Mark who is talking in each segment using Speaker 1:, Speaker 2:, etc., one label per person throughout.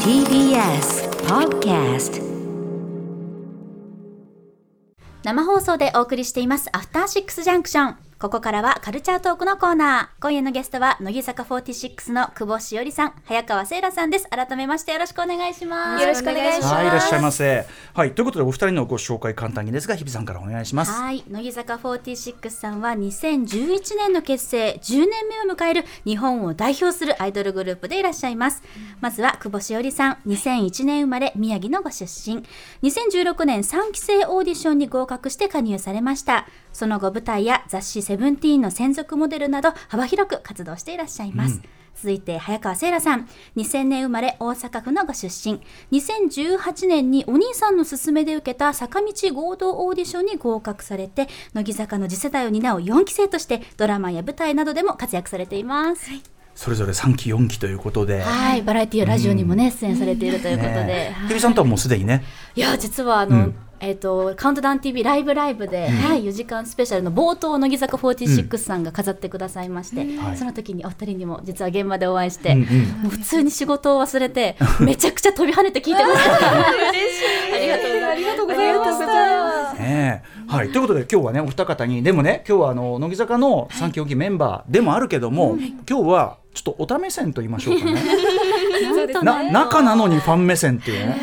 Speaker 1: TBS Podcast
Speaker 2: 生放送でお送りしていますアフターシックスジャンクションここからはカルチャートークのコーナー今夜のゲストは乃木坂46の久保しおりさん早川せいらさんです改めましてよろしくお願いします
Speaker 3: よろしくお願いします
Speaker 4: はい、いらっしゃいませ。はい、ということで、お二人のご紹介簡単にですが、日比さんからお願いします。
Speaker 2: はい乃木坂46さんは2011年の結成10年目を迎える日本を代表するアイドルグループでいらっしゃいますまずは久保しおりさん2001年生まれ宮城のご出身2016年3期生オーディションに合格して加入されましたその後舞台や雑誌「セブンティーンの専属モデルなど幅広く活動していらっしゃいます、続いて早川せいらさん2000年生まれ大阪府のご出身2018年にお兄さんの勧めで受けた坂道合同オーディションに合格されて乃木坂の次世代を担う4期生としてドラマや舞台などでも活躍されていますはい、
Speaker 4: それぞれ三期、四期ということで。
Speaker 2: バラエティやラジオにもね、出演されているということで、
Speaker 4: ね
Speaker 2: はい
Speaker 4: 日比さんとはもうすでにね、
Speaker 2: いや実はあの、
Speaker 4: うん
Speaker 2: えっ、とカウントダウン TV ライブライブで、はい4時間スペシャルの冒頭を乃木坂46さんが飾ってくださいまして、
Speaker 4: はい
Speaker 2: その時にお二人にも実は現場でお会いして、
Speaker 4: うんうん
Speaker 2: もう普通に仕事を忘れて めちゃくちゃ飛び跳ねて聞いてました。ありがとうございます。ありがとうございました。
Speaker 4: ねえはい、ということで今日はねお二方にでもね今日はあの乃木坂の三期4期メンバーでもあるけども、今日はちょっとお試せんと言いましょ うかね
Speaker 2: なんと
Speaker 4: な
Speaker 2: ね
Speaker 4: 中なのにファン目線っていうね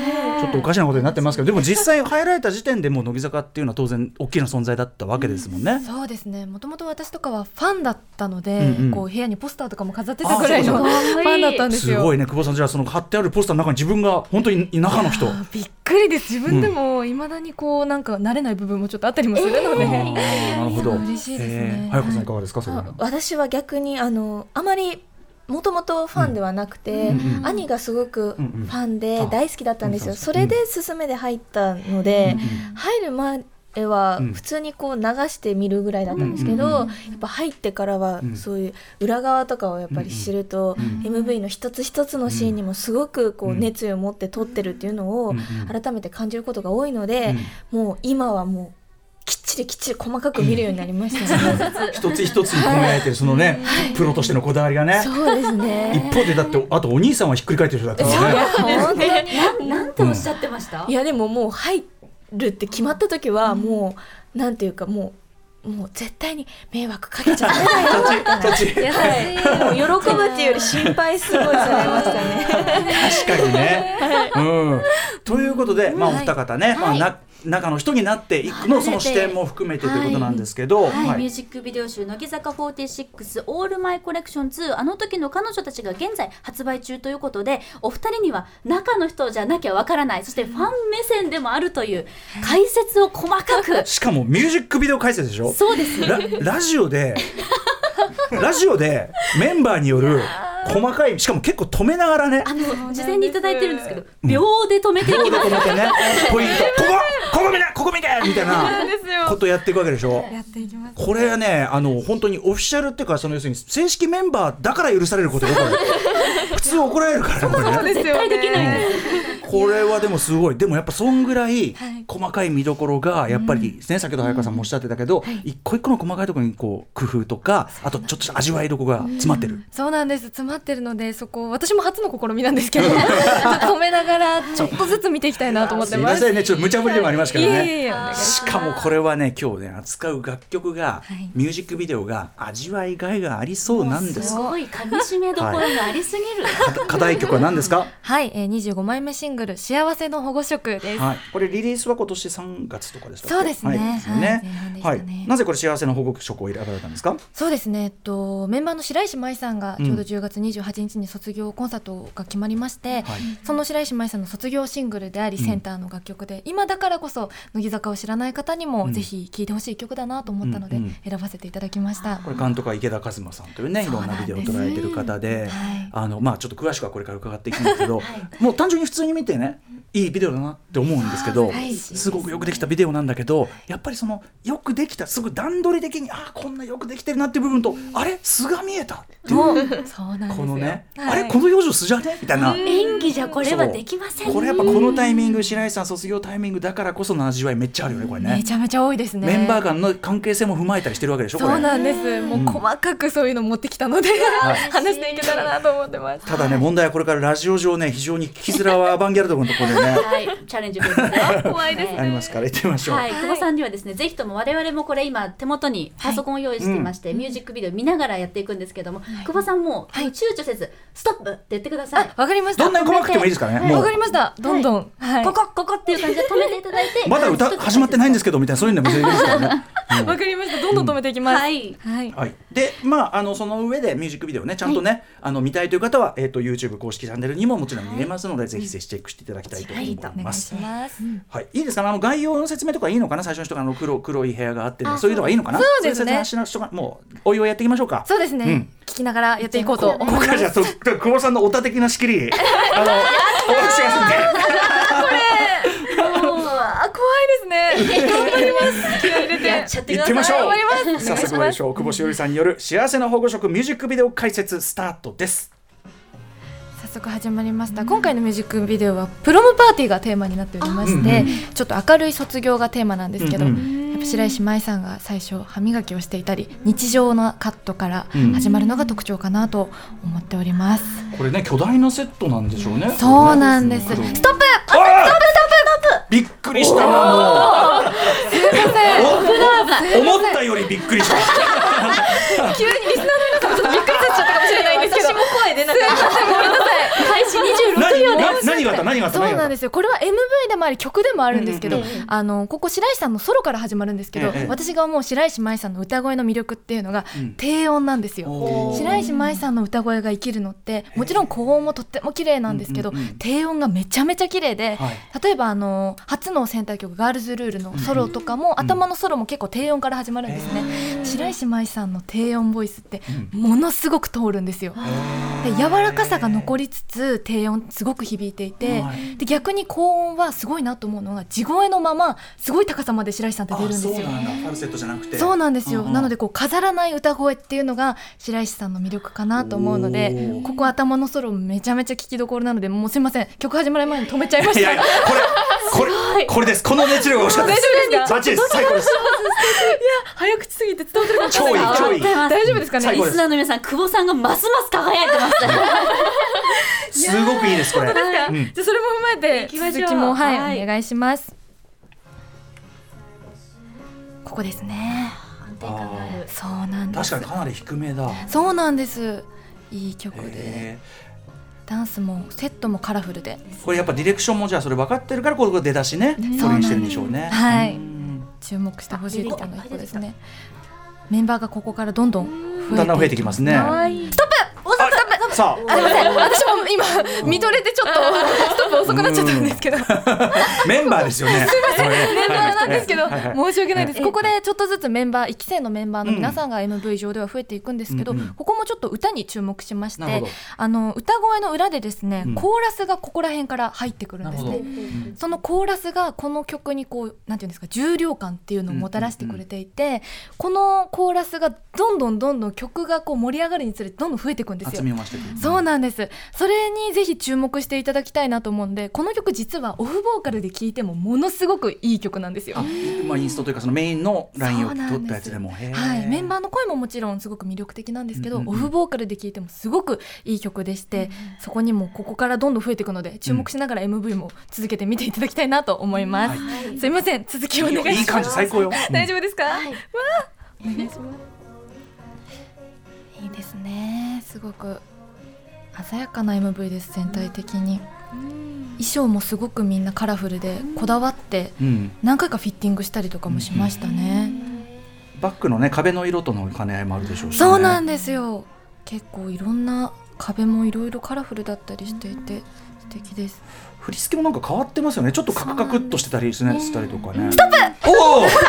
Speaker 4: ちょっとおかしなことになってますけどでも実際入られた時点でもう乃木坂っていうのは当然大きな存在だったわけですもんね。
Speaker 3: そうですねもともと私とかはファンだったので、
Speaker 4: うんうん
Speaker 3: こう部屋にポスターとかも飾ってたぐらいの
Speaker 4: あ
Speaker 3: フ
Speaker 4: そう
Speaker 3: ァンだったんです
Speaker 4: す
Speaker 3: よ。
Speaker 4: ごいね久保さんじゃあその貼ってあるポスターの中に自分が本当に中の人。
Speaker 3: びっくりです自分でもいまだにこうなんか慣れない部分もちょっとあったりもするので、
Speaker 4: あーなるほど。
Speaker 3: 嬉しいですね
Speaker 4: えー早川さんいかがですかそれは。
Speaker 5: 私は逆にあのあまりもともとファンではなくて、
Speaker 4: うんうんうん
Speaker 5: 兄がすごくファン
Speaker 4: うんう
Speaker 5: で
Speaker 4: ん
Speaker 5: 大好きだったんですよ、
Speaker 4: あ
Speaker 5: それで勧めで入ったの
Speaker 4: う
Speaker 5: で、
Speaker 4: ん
Speaker 5: 入る前は
Speaker 4: うん
Speaker 5: 普通にこう流して見るぐらいだったんですけど、
Speaker 4: うんうん
Speaker 5: やっぱ入ってからは
Speaker 4: うん
Speaker 5: そういう裏側とかをやっぱり知ると、
Speaker 4: うん
Speaker 5: MV の一つ一つのシーンにもすごくこ
Speaker 4: う
Speaker 5: うん熱意を持って撮ってるっていうの
Speaker 4: う
Speaker 5: を
Speaker 4: んうん
Speaker 5: 改めて感じることが多いので、もう今はもうきっちりきっちり細かく見るようになりましたね。
Speaker 4: 一つ一つに込められてるそのねプロとしてのこだわりがね。
Speaker 5: そうですね
Speaker 4: 一方でだってあとお兄さんはひっくり返ってる人だからね。
Speaker 5: 本当に
Speaker 2: なんておっしゃってました。
Speaker 5: いやでももう入るって決まった時はもう、なんていうかもうもう絶対に迷惑かけちゃダメだよ
Speaker 4: そっち
Speaker 5: いやはいもう喜ぶっていうより心配すごいされましたね。
Speaker 4: 確かにね。うん、ということで、まあ、お二方ね、まあ、な中の人になっていくのその視点も含めてということなんですけど、
Speaker 2: はい、
Speaker 4: は
Speaker 2: ミュー
Speaker 4: い
Speaker 2: ジックビデオ集乃木坂46オールマイコレクション2あの時の彼女たちが現在発売中ということでお二人には中の人じゃなきゃわからないそしてファン目線でもあるという解説を細か く
Speaker 4: しかもミュージックビデオ解説でしょ
Speaker 2: そうです
Speaker 4: ララジオでラジオでメンバーによる細かいしかも結構止めながらね
Speaker 2: あの事前にいただいてるんですけど秒で止めていきま
Speaker 4: 止
Speaker 2: す
Speaker 4: めてねポイントここここ見なここ見てみたいな
Speaker 3: です よ
Speaker 4: ことやっていくわけでしょ
Speaker 3: やっていきます
Speaker 4: これはねあの本当にオフィシャルっていうかその要するに正式メンバーだから許されることが起こる普通怒られるからねこれね
Speaker 3: そうですよ、ね、絶対できないです
Speaker 4: これはでもすごいでもやっぱそんぐらい
Speaker 3: はい
Speaker 4: 細かい見どころがやっぱり、ね先ほど早川さんもおっしゃってたけど、一個一個の細かいところにこう工夫とかあとちょっとした味わいどこが詰まってる、
Speaker 3: そうなんです詰まってるのでそこ私も初の試みなんですけ どちょっと止めながらちょっとずつ見ていきたいなと思っ
Speaker 4: す
Speaker 3: て
Speaker 4: い
Speaker 3: ま
Speaker 4: ますせんねちょっと無茶ぶりでもありますからね。
Speaker 3: いえいえいえお願いします
Speaker 4: しかもこれはね今日ね扱う楽曲が、
Speaker 3: はい
Speaker 4: ミュージックビデオが味わいがいがありそうなんです
Speaker 2: すごい噛み締めどころがあり すぎる、
Speaker 4: か課題曲は何ですか
Speaker 3: はい、えー、25枚目シングル「幸せの保護色」です、
Speaker 4: はい、これリリースは今年3月とかでしたっけ
Speaker 3: そうですね
Speaker 4: はい、
Speaker 3: はい前半でしたね
Speaker 4: はいなぜこれ幸せの報告書を選ばれたんですか
Speaker 3: そうですね、えっと、メンバーの白石麻衣さんが
Speaker 4: うん
Speaker 3: ちょうど10月28日に卒業コンサートが決まりまして、
Speaker 4: はい
Speaker 3: その白石麻衣さんの卒業シングルであり
Speaker 4: うん
Speaker 3: センターの楽曲で、今だからこそ乃木坂を知らない方に
Speaker 4: う
Speaker 3: も
Speaker 4: ん
Speaker 3: ぜひ聴いてほしい曲だなと思ったので
Speaker 4: うんうん
Speaker 3: 選ばせていただきました。
Speaker 4: これ監督は池田和馬さんというねいろんなビデオを捉えてる方で
Speaker 3: はい
Speaker 4: あのまあちょっと詳しくはこれから伺っていきますけど、もう単純に普通に見ててねいいビデオだなって思うんですけど、
Speaker 5: はい
Speaker 4: すごくよくできたビデオなんだけどやっぱりそのよくできたすぐ段取り的にあーこんなよくできてるなっていう部分とあれ素が見えたっていう
Speaker 3: そうなんです
Speaker 4: こ
Speaker 3: よ
Speaker 4: のね、
Speaker 3: はい
Speaker 4: あれこの表情素じゃねみたいな。
Speaker 2: 演技じゃこれはできません
Speaker 4: これやっぱこのタイミング白石さん卒業タイミングだからこその味わいめっちゃあるよねこれね
Speaker 3: めちゃめちゃ多いですね
Speaker 4: メンバー間の関係性も踏まえたりしてるわけでしょこ
Speaker 3: そう
Speaker 4: れ
Speaker 3: なんですもう細かくそういうの持ってきたので、話していけたらなと思ってます
Speaker 4: ただね問題はこれからラジオ上ね非常に聞きづらはアバンギャルドのところでね
Speaker 2: はい、チャレンジですよ。怖いです
Speaker 4: ありますから行ってみましょう、
Speaker 2: はい、久保さんにはですね、ぜひとも我々もこれ今手元にパソコンを用意していまして、ミュージックビデオ見ながらやっていくんですけども、久保さんも、躊躇せず、ストップって言ってください。
Speaker 3: わかりました
Speaker 4: どんなに細かくてもいいですからねも
Speaker 3: わ
Speaker 4: う
Speaker 3: かりましたどんどんはい
Speaker 2: ここ、ここっていう感じで止めていただいて。
Speaker 4: まだ歌始まってないんですけどみたいなそういうのも全然いいですからね、うん
Speaker 3: わかりましたどんどん止めていきます、
Speaker 2: はい。
Speaker 3: はい
Speaker 4: はい、でまああのその上でミュージックビデオねちゃんとね、あの見たいという方は、えー、と YouTube 公式チャンネルにももちろん見れますので、ぜひぜひチェックしていただきたいと思います。はい
Speaker 3: ます。
Speaker 4: い、いですかねあの概要の説明とかいいのかな最初の人があの黒黒い部屋があって
Speaker 2: あ
Speaker 4: そういうのがいいのかな
Speaker 3: そうですね
Speaker 4: い説明しなくともうおいおいやっていきましょうか。
Speaker 3: そうですね、
Speaker 4: うん
Speaker 3: 聞きながらやっていこうと
Speaker 4: ここからじゃあとと久保さんのオタ的な仕 切りあのお話がすんで
Speaker 3: あ怖いですね頑張ります気合い入れて
Speaker 2: やっちゃってく
Speaker 4: 行
Speaker 2: だ
Speaker 4: っ
Speaker 2: さい。
Speaker 4: てみましょう
Speaker 3: 頑張ります
Speaker 4: 早速参りましょう久保しおりさんによる幸せな保護色ミュージックビデオ解説スタートです
Speaker 3: 早速始まりました今回のミュージックビデオはプロムパーティーがテーマになっておりまして、
Speaker 4: うん
Speaker 3: ちょっと明るい卒業がテーマなんですけど、
Speaker 4: うんう
Speaker 3: やっぱ白石麻衣さんが最初歯磨きをしていたり日常のカットから
Speaker 4: うん
Speaker 3: 始まるのが特徴かなと思っております、
Speaker 4: これね巨大なセットなんでしょうね
Speaker 3: そうなんですストップ
Speaker 4: あーびっくりしたなもうお思ったよりびっくりし ました
Speaker 3: 急にリスナーの皆さんもちょっとびっくりさせちゃったかもしれないんですけど
Speaker 5: 私も声出なかっ
Speaker 2: 開始26
Speaker 4: 何な何があった何があった
Speaker 3: そうな
Speaker 4: 何があっ
Speaker 3: ん
Speaker 4: た
Speaker 3: ですよこれは MV でもあり曲でもあるんですけど、
Speaker 4: うんうん
Speaker 3: あのここ白石さんのソロから始まるんですけど、
Speaker 4: ええ
Speaker 3: 私が思う白石麻衣さんの歌声の魅力っていうのが
Speaker 4: うん
Speaker 3: 低音なんですよ、
Speaker 4: おー
Speaker 3: 白石麻衣さんの歌声が生きるのってもちろん高音もとっても綺麗なんですけど、
Speaker 4: うんうんうん
Speaker 3: 低音がめちゃめちゃ綺麗で、
Speaker 4: はい
Speaker 3: 例えばあの初のセンター曲「ガールズルール」のソロとかも、頭のソロも結構低音から始まるんですね、白石麻衣さんの低音ボイスってものすごく通るんですよ、で柔らかさが残りつつ低音すごく響いていて、
Speaker 4: はい
Speaker 3: で逆に高音はすごいなと思うのが地声のまますごい高さまで白石さんって出るんですよ
Speaker 4: あそうなんだファルセットじゃなくて
Speaker 3: そうなんですよ、
Speaker 4: うんうん
Speaker 3: なのでこう飾らない歌声っていうのが白石さんの魅力かなと思うの
Speaker 4: お
Speaker 3: で
Speaker 4: ー
Speaker 3: ここ頭のソロめちゃめちゃ聞きどころなのでもうすいません曲始まる前に止めちゃいました
Speaker 4: いやいやこれこれこれですこの熱量が欲しかったです
Speaker 3: 大丈夫ですか
Speaker 4: バッチリです最高です
Speaker 3: 早口すぎて伝わってるかもし
Speaker 4: 超いい
Speaker 3: れない
Speaker 4: 超いい
Speaker 3: 大丈夫ですかね
Speaker 4: 最
Speaker 2: リ
Speaker 4: 後で
Speaker 2: スナーの皆さん、久保さんがますます輝いてます。
Speaker 4: すすごくいいですこれうん
Speaker 3: じゃあそれも踏まえ
Speaker 2: 行きましょう
Speaker 3: て続きもはい、
Speaker 2: はい
Speaker 3: お願いしますここですね
Speaker 2: 安定感がある。
Speaker 3: そうなんで
Speaker 4: 確
Speaker 3: す
Speaker 4: かにかなり低めだ
Speaker 3: そうなんですいい曲で
Speaker 4: へ
Speaker 3: ダンスもセットもカラフルで
Speaker 4: ーこれやっぱディレクションもじゃあそれ分かってるからここ出だしね
Speaker 3: ん
Speaker 4: それにしてるんでしょうね
Speaker 3: はい
Speaker 4: うん
Speaker 3: 注目してほしいところの一個です
Speaker 2: あ出
Speaker 3: ねメンバーがここからどんどん増えて
Speaker 4: だんだん増えてきますすね
Speaker 2: はい。
Speaker 4: さあ
Speaker 3: あすいません私も今見とれてちょっとストップ遅くなっちゃったんですけど
Speaker 4: メンバーですよねすいません
Speaker 3: メンバーなんですけど、
Speaker 4: はいはい
Speaker 3: 申し訳ないです、
Speaker 4: はい
Speaker 3: ここでちょっとずつメンバー1期生のメンバーの皆さんが MV 上では増えていくんですけど、
Speaker 4: うんうん
Speaker 3: ここもちょっと歌に注目しまし
Speaker 4: なる
Speaker 3: て
Speaker 4: ほど
Speaker 3: あの歌声の裏でですね、
Speaker 4: うん
Speaker 3: コーラスがここら辺から入ってくるんです
Speaker 4: なる
Speaker 3: ね。そのコーラスがこの曲にこうなんていうんですか重量感っていうのをもたらしてくれていて、このコーラスがどんどんどんどん曲がこう盛り上がるにつれてどんどん増えていくんです
Speaker 4: 厚
Speaker 3: よ。
Speaker 4: みを増してくる
Speaker 3: そうなんですそれにぜひ注目していただきたいなと思うんでこの曲実はオフボーカルで聴いてもものすごくいい曲なんですよ
Speaker 4: あ。まあ、インストというかそのメインのラインを
Speaker 3: そうなんです
Speaker 4: 取ったやつでもへー
Speaker 3: はい、メンバーの声ももちろんすごく魅力的なんですけど、
Speaker 4: うんうんうん
Speaker 3: オフボーカルで聴いてもすごくいい曲でして、そこにもここからどんどん増えていくので注目しながら MV も続けて見ていただきたいなと思います、すいません続きをお願いします
Speaker 4: いい感じ最高よ
Speaker 3: 大丈夫ですか、
Speaker 2: い
Speaker 3: わあお願いしますいいですねすごく鮮やかな MV です全体的に衣装もすごくみんなカラフルでこだわって
Speaker 4: 夫、うん、
Speaker 3: 何回かフィッティングしたりとかもしましたね、
Speaker 4: バックのね壁の色との兼ね合いもあるでしょうし、ね、
Speaker 3: そうなんんですよ結構いろんな壁もいろいろカラフルだったりしていて素敵です
Speaker 4: 振り付けもなんか変わってますよねちょっとカクカクっとしてたりですねしたりとかねスおおごめんなさ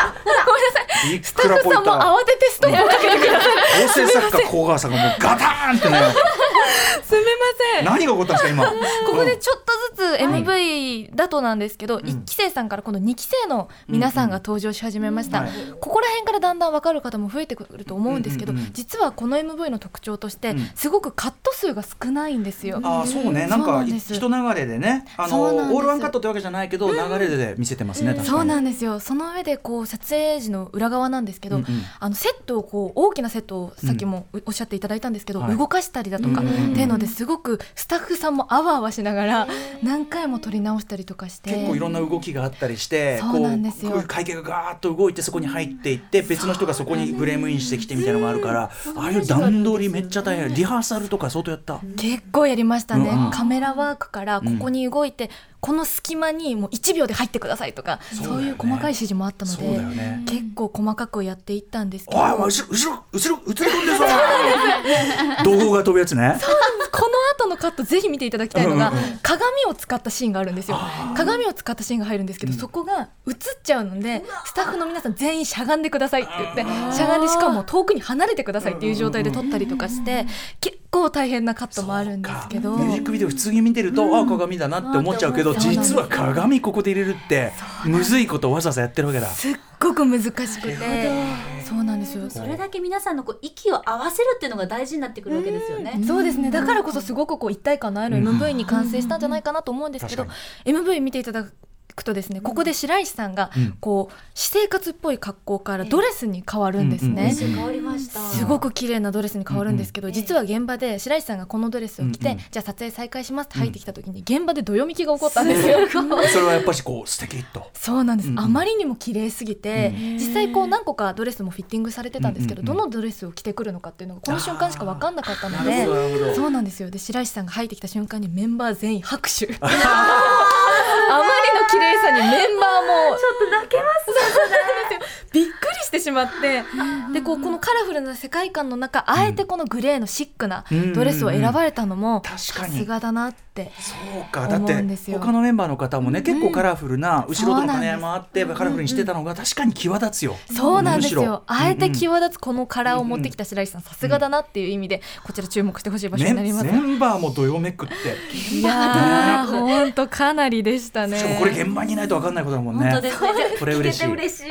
Speaker 4: いス
Speaker 3: スタッフさんも慌ててストップをかけてくれた
Speaker 4: 構成作家小川さんがもうガターンってね
Speaker 3: すみません。
Speaker 4: 何が起こったんですか今
Speaker 3: ここで
Speaker 4: うん
Speaker 3: ちょっとずつ MV だとなんですけど、一期生さんから今度二期生の皆さんが登場し始めました、
Speaker 4: うんうん
Speaker 3: ここら辺からだんだん分かる方も増えてくると思うんですけど、
Speaker 4: うんうんうん
Speaker 3: 実はこの MV の特徴として、
Speaker 4: うん
Speaker 3: すごくカット数が少ないんですよ。
Speaker 4: あーそうねなん
Speaker 3: そうな
Speaker 4: か
Speaker 3: んです
Speaker 4: 人流れでねあの
Speaker 3: そうなんです
Speaker 4: オールワンカットってわけじゃないけど流れで見せてますね、確かに
Speaker 3: そうなんですよその上でこう撮影時の裏側なんですけど、
Speaker 4: うんうん
Speaker 3: あのセットをこう大きなセットをさっきもおっしゃっていただいたんですけど、
Speaker 4: はい
Speaker 3: 動かしたりだとか、
Speaker 4: うんうんうん
Speaker 3: っていうのですごくスタッフさんもあわあわしながら何回も撮り直したりとかして
Speaker 4: 結構いろんな動きがあったりして
Speaker 3: そうなんですよ
Speaker 4: こうこういう会計がガーッと動いてそこに入っていって別の人がそこにフレームインしてきてみたいなのがあるからああいう段取りめっちゃ大変リハーサルとか相当やった。
Speaker 3: 結構やりましたね、
Speaker 4: うんうん
Speaker 3: カメラワークからここに動いて、この隙間にもう1秒で入ってくださいとかそう,、
Speaker 4: そうだよね
Speaker 3: いう細かい指示もあったの
Speaker 4: そう
Speaker 3: で、
Speaker 4: だよね
Speaker 3: 結構細かくやっていったんですけど
Speaker 4: おいおい後ろ後ろ後ろ映り込んでるぞ 動画が飛ぶやつね
Speaker 3: この後のカットぜひ見ていただきたいのが、
Speaker 4: うんうんうん
Speaker 3: 鏡を使ったシーンがあるんですよ鏡を使ったシーンが入るんですけど、そこが映っちゃうのでスタッフの皆さん全員しゃがんでくださいって言ってしゃがんでしかも遠くに離れてくださいっていう状態で撮ったりとかして結構大変なカットもあるんですけど
Speaker 4: ミュージックビデオ普通に見てると、あ鏡だなって思っちゃうけど実は鏡ここで入れるってむずいことをわざわざやってるわけだ
Speaker 3: すっごく難しくてそうなんですよ。
Speaker 2: それだけ皆さんのこう息を合わせるっていうのが大事になってくるわけですよね。
Speaker 3: そうですねだからこそすごくこう一体感のある MV に完成したんじゃないかなと思うんですけど、
Speaker 4: うん
Speaker 3: MV 見ていただくとですねここで白石さんが
Speaker 4: うん
Speaker 3: こう私生活っぽい格好からドレスに変わるんです
Speaker 4: うんうんう
Speaker 3: ね
Speaker 4: ん。
Speaker 2: 変わりました。
Speaker 3: すごく綺麗なドレスに変わるんですけど、実は現場で白石さんがこのドレスを着て、
Speaker 4: うんうん
Speaker 3: じゃあ撮影再開しますって入ってきた時に現場でどよめきが起こったんですよ。
Speaker 4: それはやっぱしこう素敵と
Speaker 3: そうなんです、
Speaker 4: うんうん
Speaker 3: あまりにも綺麗すぎて、
Speaker 4: う
Speaker 3: 実際こう何個かドレスもフィッティングされてたんですけど、
Speaker 4: うんうんうん
Speaker 3: どのドレスを着てくるのかっていうのがこの瞬間しか分かんなかったの
Speaker 4: な
Speaker 3: で
Speaker 4: るほどなるほど
Speaker 3: そうなんですよで白石さんが入ってきた瞬間にメンバー全員拍手あまりの綺麗さにメンバーもちょっと泣けますびっくりしてしまってでこうこのカラフルな世界観の中あえてこのグレーのシックなドレスを選ばれたのも
Speaker 4: うんうんうん
Speaker 3: さ
Speaker 4: 確かに
Speaker 3: すがだなって。
Speaker 4: そうかだって
Speaker 3: 思うんですよ
Speaker 4: 他のメンバーの方もね結構カラフルな後ろとの
Speaker 3: そうなん
Speaker 4: 兼
Speaker 3: で
Speaker 4: ね
Speaker 3: す
Speaker 4: 合いもあってカラフルにしてたのが確かに際立つよ
Speaker 3: そうなんです
Speaker 4: むしろ
Speaker 3: よ。あえて
Speaker 4: うん
Speaker 3: 際立つこの殻を持ってきた白石さん、さすがだなっていう意味で、こちら注目してほしい場所
Speaker 4: メ
Speaker 3: に
Speaker 4: ン
Speaker 3: なります。
Speaker 4: メンバーもどよめくって
Speaker 3: いやー、本当かなりでしたね。
Speaker 4: しかもこれ現場にいないと分かんないことだもんね
Speaker 2: 本当ですね。
Speaker 4: これ嬉しい
Speaker 2: 聞けて嬉しい。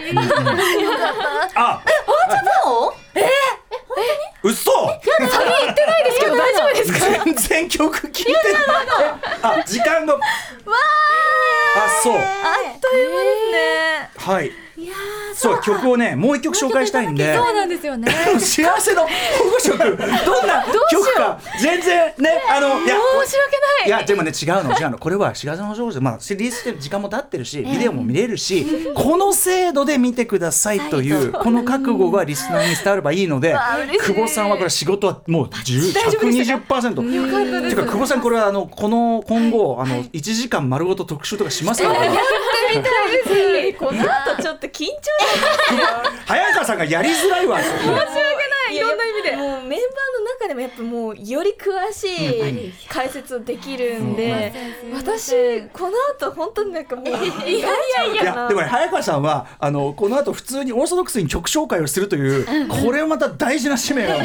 Speaker 4: あ
Speaker 3: けど大丈夫ですか。
Speaker 4: え本当なのえー、え本当に嘘全然曲聴いてないあ時間がわあそう
Speaker 3: あっという間ですね。
Speaker 4: はいそう曲をねもう一曲紹介したいんで
Speaker 3: そうなんですよね。
Speaker 4: 幸せの保護色どんな
Speaker 3: しよう
Speaker 4: 曲か全然ねあのいや
Speaker 3: 申し訳ない
Speaker 4: い。やでもね違うの違うのこれは幸せの少女まあシリーズって時間も経ってるしビデオも見れるしこの制度で見てくださいというこの覚悟がリスナーに伝わればいいので久保さんはこれ仕事はもう10 120%。
Speaker 3: よかったで
Speaker 4: て
Speaker 3: す。
Speaker 4: か久保さんこれはあのこの今後あの1時間丸ごと特集とかしますからね
Speaker 5: この後ちょっと緊張し
Speaker 4: 早川さんがやりづらいわ。
Speaker 5: ないいろんな意味でもうメンバーの中でもやっぱもうより詳しい解説をできるんで私この後本当になんかもういやいやい
Speaker 4: い
Speaker 5: や
Speaker 4: やでもね早川さんはあのこの後普通にオーソドックスに曲紹介をするというこれはまた大事な使命が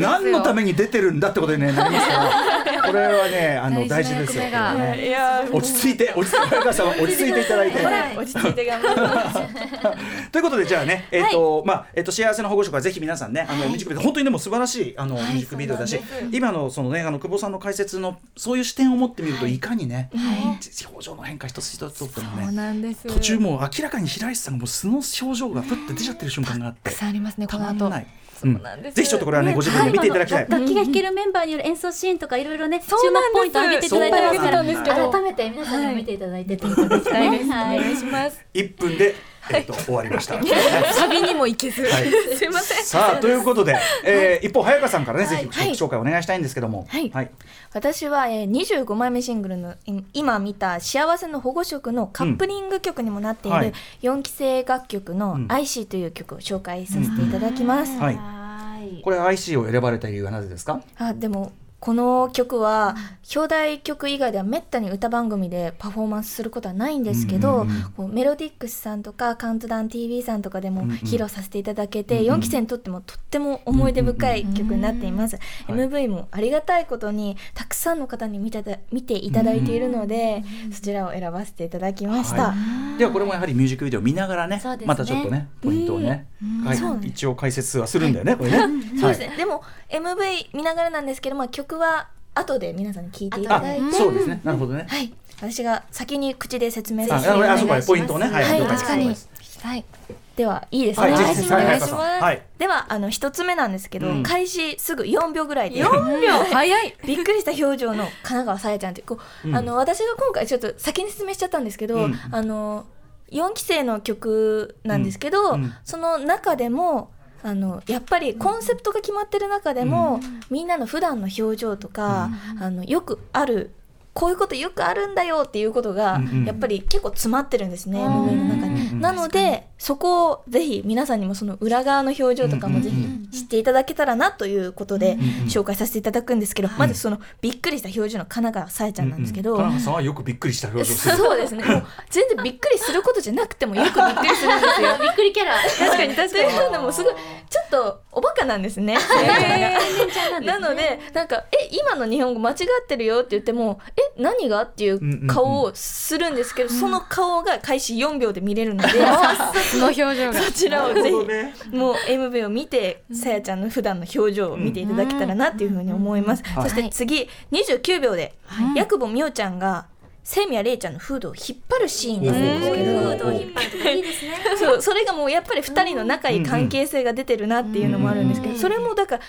Speaker 4: 何のために出てるんだってことにねなりますからこれはねあの大
Speaker 3: 大
Speaker 4: 事
Speaker 3: 事な
Speaker 4: ですよ。
Speaker 3: 役目が
Speaker 4: ね
Speaker 5: いや
Speaker 4: 落ち着いて落ち着いて早川さんは落ち着いてい ただいて。
Speaker 5: はい落ち着いて頑張ります
Speaker 4: ということでじゃあねえっ、と、まあえっ、と幸せの保護者はぜひ皆さんねあの、ミュージックビデオ本当にでも素晴らしいあの、ミュージックビデオだし今のそのねあの久保さんの解説のそういう視点を持ってみると、い、かにね、表情の変化一つ一つとっても
Speaker 3: そう
Speaker 4: ね
Speaker 3: なんです。
Speaker 4: 途中もう明らかに平石さんがもう素の表情がプッて出ちゃってる瞬間があって
Speaker 3: たくさんありますね。
Speaker 4: た
Speaker 3: この
Speaker 4: まん
Speaker 3: 後
Speaker 4: な。い。うん
Speaker 5: なんです
Speaker 4: ぜひちょっとこれはねご自分で見ていただきたい。
Speaker 2: 楽器が弾けるメンバーによる演奏シーンとかいろいろね、注
Speaker 3: うなん
Speaker 2: 目
Speaker 3: です
Speaker 2: ポイントを挙げていただいてますか
Speaker 4: そうなんですけ
Speaker 2: ら、
Speaker 3: ど
Speaker 2: 改めて皆さんにも見ていただいてということですね。はい
Speaker 3: お願いします。
Speaker 4: 一分でえっと終わりました。はい
Speaker 3: サビにも行けず。
Speaker 5: すいません
Speaker 4: さあということでえー一方早川さんからねぜひ曲
Speaker 5: はい
Speaker 4: 紹介お願いしたいんですけども。
Speaker 5: はい
Speaker 4: はい。
Speaker 5: 私は、えー、25枚目シングルのい今見た「幸せの保護色」のカップリング曲にもなってい
Speaker 4: うんはい
Speaker 5: る4期生楽曲
Speaker 4: う
Speaker 5: の
Speaker 4: ん
Speaker 5: 「IC」という曲を紹介させていただきます。
Speaker 4: はい
Speaker 2: はい
Speaker 4: これ IC を選ばれた理由はなぜですか。
Speaker 5: あでもこの曲は表題曲以外ではめったに歌番組でパフォーマンスすることはないんですけど、
Speaker 4: うんうんうん
Speaker 5: こうメロディックスさんとかカウントダウン TV さんとかでも
Speaker 4: うんうん
Speaker 5: 披露させていただけ
Speaker 4: うん
Speaker 5: て、
Speaker 4: うん
Speaker 5: 4期生にとってもとっても思い出深い曲になっています、
Speaker 4: うんうんうん
Speaker 5: MV もありがたいことにたくさんの方に見てた見ていただいているので、そちらを選ばせていただきました、
Speaker 4: はい、ではこれもやはりミュージックビデオ見ながらね
Speaker 2: そうですね
Speaker 4: またちょっとねポイントをね、はい
Speaker 5: そうなんです
Speaker 4: 一応解説はするんだよね、これね。
Speaker 5: そうです
Speaker 4: はい
Speaker 5: ね、でも MV 見ながらなんですけど、まあ、曲は後で皆さんに聴いていた
Speaker 4: あ
Speaker 5: だいて、
Speaker 4: そうですね、なるほどね。
Speaker 5: はい、私が先に口で説明
Speaker 4: あ、
Speaker 5: させていた
Speaker 4: あ
Speaker 5: だ
Speaker 4: あ
Speaker 5: き
Speaker 4: そう
Speaker 5: ま
Speaker 4: か、
Speaker 5: す
Speaker 4: ポイントをね、はい、
Speaker 5: はい
Speaker 4: 了解
Speaker 5: 確かに
Speaker 4: です
Speaker 3: はい
Speaker 5: ではいいです
Speaker 4: は
Speaker 5: ね、
Speaker 4: い
Speaker 5: お
Speaker 4: ぜひ
Speaker 5: 願い
Speaker 4: ぜひ
Speaker 5: します
Speaker 4: はい早川さんはい
Speaker 5: ではあの一つ目なんですけど、
Speaker 4: うん
Speaker 5: 開始すぐ4秒ぐらいで
Speaker 3: 早い
Speaker 5: びっくりした表情の神奈川さやちゃんってこう、
Speaker 4: うん
Speaker 5: あの私が今回ちょっと先に説明しちゃったんですけど、
Speaker 4: うん
Speaker 5: あの4期生の曲なんですけど、
Speaker 4: うんうん
Speaker 5: その中でもあのやっぱりコンセプトが決まってる中でも、みんなの普段の表情とか、あのよくあるこういうことよくあるんだよっていうことが、
Speaker 4: うんうん
Speaker 5: やっぱり結構詰まってるんですね、
Speaker 3: うん
Speaker 5: MV の中
Speaker 4: うんうんうん
Speaker 5: に。なのでそこをぜひ皆さんにもその裏側の表情とかもぜひ知っていただけたらなということで、
Speaker 4: うん
Speaker 5: 紹介させていただくんですけど、まずそのびっくりした表情の神奈川さえちゃんなんですけど、
Speaker 4: うう田中さんはよくびっくりした表情する。
Speaker 5: そうですねもう全然びっくりすることじゃなくてもよくびっくりするんですよ
Speaker 2: びっくりキャラ。
Speaker 5: 確かに確かにそういうのもすごいちょっとおバカなんです ね、なのでなんか「え今の日本語間違ってるよ」って言っても「え何が?」ってい
Speaker 4: んうんうん
Speaker 5: う顔をするんですけど、その顔が開始4秒で見れるの で
Speaker 3: その表情が
Speaker 5: そちらをぜひ
Speaker 4: ね。
Speaker 5: もう MV を見てさやちゃんの普段の表情を見ていただけたらなっていうふうに思います、
Speaker 4: うん
Speaker 5: そして次29秒で、ヤクボみおちゃんがセミやレイちゃんのフードを引っ張るシーンなんですけ
Speaker 4: うん
Speaker 5: ど、
Speaker 4: フードを引っ
Speaker 2: 張るとかいいですね。
Speaker 5: そうそれがもうやっぱり2人の仲いい関係性が出てるなっていうのもあるんですけど、
Speaker 2: うん
Speaker 5: それもだから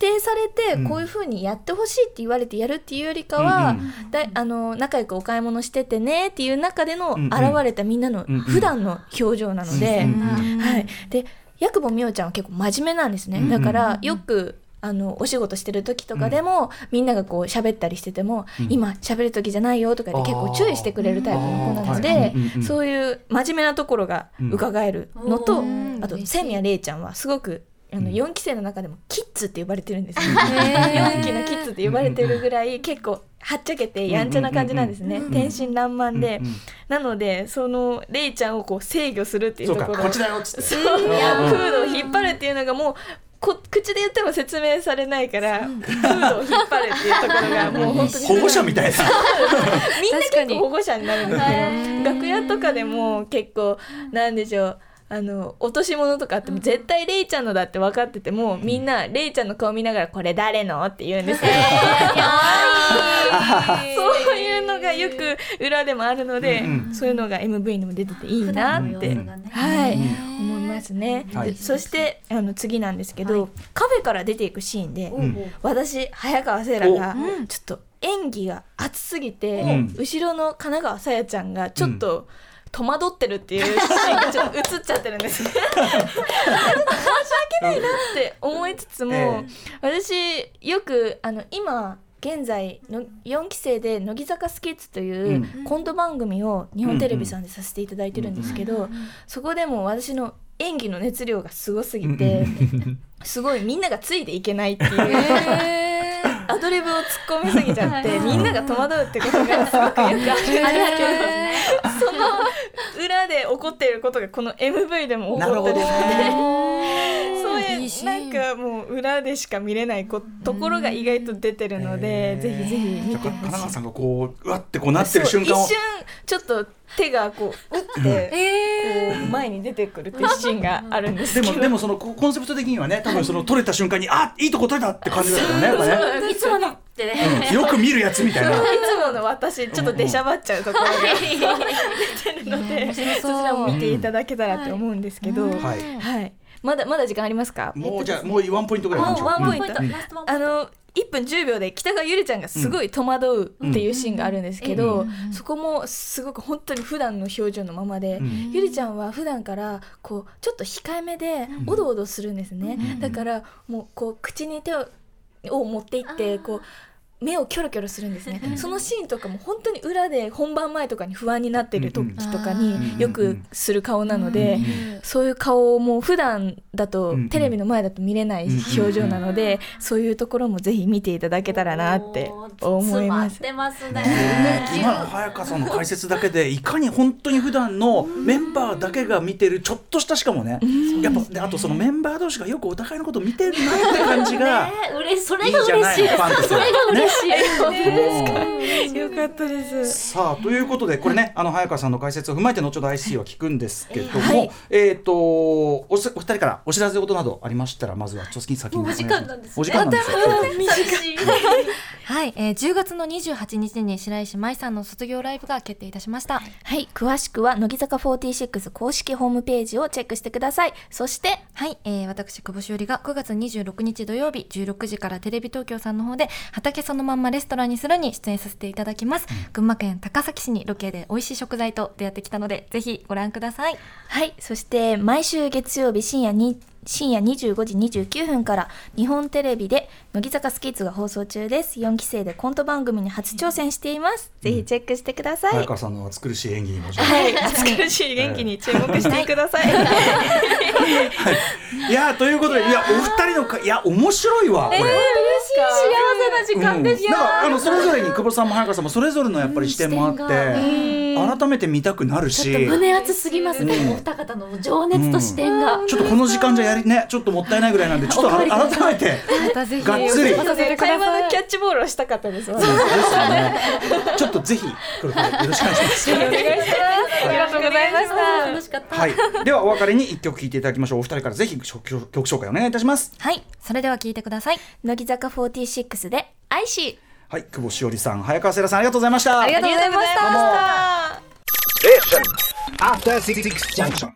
Speaker 5: 指定され
Speaker 4: うん
Speaker 5: てこういうふうにやってほしいって言われてやるっていうよりかは、
Speaker 4: うん
Speaker 5: だいあの仲良くお買い物しててねっていう中での
Speaker 4: うんうん
Speaker 5: 現れたみんなの
Speaker 4: うん
Speaker 5: 普段の表情なので。はい、でヤクボミオちゃんは結構真面目なんですね、
Speaker 4: うん
Speaker 5: だからよくあのお仕事してる時とかでも、みんながこう喋ったりしてても、
Speaker 4: うん
Speaker 5: 今喋る時じゃないよとか言って結構注意してくれるタイプの子なの
Speaker 4: あーはい
Speaker 5: で
Speaker 4: うんうんうん
Speaker 5: そういう真面目なところが伺えるのと、
Speaker 3: ん
Speaker 5: あと
Speaker 3: 嬉しい
Speaker 5: セミヤレイちゃんはすごくあの
Speaker 4: うん
Speaker 5: 4期生の中でもキッズって呼ばれてるんですよ。
Speaker 3: 4
Speaker 5: 4期のキッズって呼ばれてるぐらい結構はっちゃけてやんちゃな感じなんですね
Speaker 4: うんうんうんうん
Speaker 5: 天真爛漫で
Speaker 4: うんうん
Speaker 5: なのでそのレイちゃんをこう制御するっていう
Speaker 4: そう
Speaker 5: と
Speaker 4: か、
Speaker 5: ころ
Speaker 4: こっちだよっつって。
Speaker 5: そうフ
Speaker 4: うん
Speaker 5: ードを引っ張るっていうのがもうこ口で言っても説明されないからフードを引っ張るっていうとこ ろがもう本当に
Speaker 4: 保護者みたいな。
Speaker 5: みんな
Speaker 3: 確か
Speaker 5: 結
Speaker 3: に
Speaker 5: 構保護者になるんですね楽屋とかでも結構なんでしょうあの落とし物とかあっても絶対レイちゃんのだって分かっててもみんなレイちゃんの顔見ながら「これ誰の?」って言うんですよ。 そういうのがよく裏でもあるので、
Speaker 4: うんう
Speaker 5: そういうのが MV にも出てていいなって、
Speaker 4: うん
Speaker 5: はい、思いますね。
Speaker 4: はい
Speaker 5: でそしてあの次なんですけど、カフェから出ていくシーンで、
Speaker 4: うん
Speaker 5: 私早川せいらが
Speaker 3: おうん
Speaker 5: ちょっと演技が熱すぎて、
Speaker 4: うん
Speaker 5: 後ろの神奈川さやちゃんがちょっと、戸惑ってるっていうシーンがちょっと映っちゃってるん ですね。申し訳ないなって思いつつも、
Speaker 4: え
Speaker 5: 私よくあの今現在の4期生で乃木坂スキッズといううコント番組を日本テレビさんでさせていただいてるんですけど、そこでも私の演技の熱量がすごすぎて、 すごいみんながついていけないっていう。アドリブを突っ込みすぎちゃってみんなが戸惑うってことがすごくよくあるんですけど、その裏で起こっていることがこの MV でも起
Speaker 4: なる
Speaker 5: こ
Speaker 4: ほ
Speaker 5: って
Speaker 4: ど
Speaker 5: る
Speaker 4: ね。
Speaker 5: そう
Speaker 3: いい
Speaker 5: い
Speaker 3: シ
Speaker 5: う
Speaker 3: ー
Speaker 5: なん
Speaker 3: ン
Speaker 5: かもう裏でしか見れないこところが意外と出てるので、ぜひぜひ見
Speaker 4: だ
Speaker 5: て
Speaker 4: から神奈川さんがこううわってこうなってる
Speaker 5: そう
Speaker 4: 瞬
Speaker 5: 一
Speaker 4: 間を
Speaker 5: 瞬ちょっと手がこう打ってこう前に出てくるっていうシーンがあるんです
Speaker 4: で
Speaker 5: けど
Speaker 4: もでもそのココンセプト的にはね多分その取れた瞬間にあいいとこ取れたって感じだったよねやっぱね
Speaker 2: いつものってね。
Speaker 4: うんよく見るやつみたい
Speaker 5: い
Speaker 4: な
Speaker 5: つもの私ちょっと出しゃばっちゃうところが出てるのでそちらも見ていただけたらと思うんですけど、はい
Speaker 4: はい
Speaker 5: まだまだ時間ありますか
Speaker 4: もうじゃあもうワンポイントぐらい行きましょう
Speaker 5: ワンポイント
Speaker 2: ポイント、ラストワンポイン
Speaker 5: あの1分10秒で北川ゆりちゃんがすごい戸惑うっていうシーンがあるんですけど、そこもすごく本当に普段の表情のままで、
Speaker 4: うん
Speaker 5: ゆりちゃんは普段からこうちょっと控えめでおどおどするんですね、だからもうこう口に手をを持っていってこう目をキョロキョロするんですね、そのシーンとかも本当に裏で本番前とかに不安になってる時とかによくする顔なので、そういう顔をもう普段だと、
Speaker 4: うん
Speaker 5: テレビの前だと見れない表情なので、そういうところもぜひ見ていただけたらなって思います。
Speaker 2: 詰まってますね。
Speaker 4: 今の早川さんの解説だけでいかに本当に普段のメンバーだけが見てるちょっとしたしかもねやっぱであとそのメンバー同士がよくお互いのこと見てるなって感じが
Speaker 2: ね嬉しいそ
Speaker 4: い
Speaker 2: れ
Speaker 4: いじ
Speaker 2: が
Speaker 4: ゃ
Speaker 2: 嬉
Speaker 4: な
Speaker 2: しい
Speaker 4: い。ファンとしてはね
Speaker 2: 嬉しい。
Speaker 4: うん
Speaker 5: よかったです。
Speaker 4: さあということでこれねあの早川さんの解説を踏まえて後ほど IC は聞くんですけども、
Speaker 5: はい
Speaker 4: えっ、とおせお二人からお知らせ事などありましたらまずはちょっと先にお願いします
Speaker 2: もうお時間なんですね
Speaker 4: お時間なんですよ
Speaker 3: はい、えー、10月の28日に白石麻衣さんの卒業ライブが決定いたしました。
Speaker 5: はい、詳しくは乃木坂46公式ホームページをチェックしてください。そして、
Speaker 3: はい、えー、私、久保しおりが9月26日土曜日16時からテレビ東京さんの方で、畑そのまんまレストランにするに出演させていただきます。群馬県高崎市にロケで美味しい食材と出会ってきたので、ぜひご覧ください。
Speaker 5: はい、そして毎週月曜日深夜に深夜25時29分から日本テレビで乃木坂スキッズが放送中です。4期生でコント番組に初挑戦しています。ぜひチェックしてくださ
Speaker 4: 早
Speaker 5: い。
Speaker 4: 川さんの暑苦しい演技にもじゃあ
Speaker 5: はい、美しい元気に注目してくださ い。
Speaker 4: いやということでいやお二人のかいや面白いわこれ。
Speaker 2: 幸せな時間です
Speaker 4: うん、なんかあのそれぞれに久保さんも早川さんもそれぞれのやっぱり視点もあって、改めて見たくなるしち
Speaker 2: 胸熱すぎますね。お二方の情熱と視点が。
Speaker 4: ょっとこの時間じゃやりねちょっともったいないぐらいなんでちょっとあら改めて
Speaker 3: またぜひ、
Speaker 4: がっつり
Speaker 3: お聞かせください。
Speaker 5: ャッチボールをしたかったです。
Speaker 4: そうですよねちょっとぜひ黒田よろしくお願いします。
Speaker 5: ありがとうございました。
Speaker 2: 楽しかった。
Speaker 4: はい、ではお別れに一曲聴いていただきましょう。お二人からぜひ曲曲紹介お願いいたします。
Speaker 3: はい、それでは聞いてください。
Speaker 5: 乃木坂46でアイシー。
Speaker 4: はい、久保しおりさん、早川せいらさん、ありがとうございました。
Speaker 5: ありがとうございました。
Speaker 6: After Six Junction.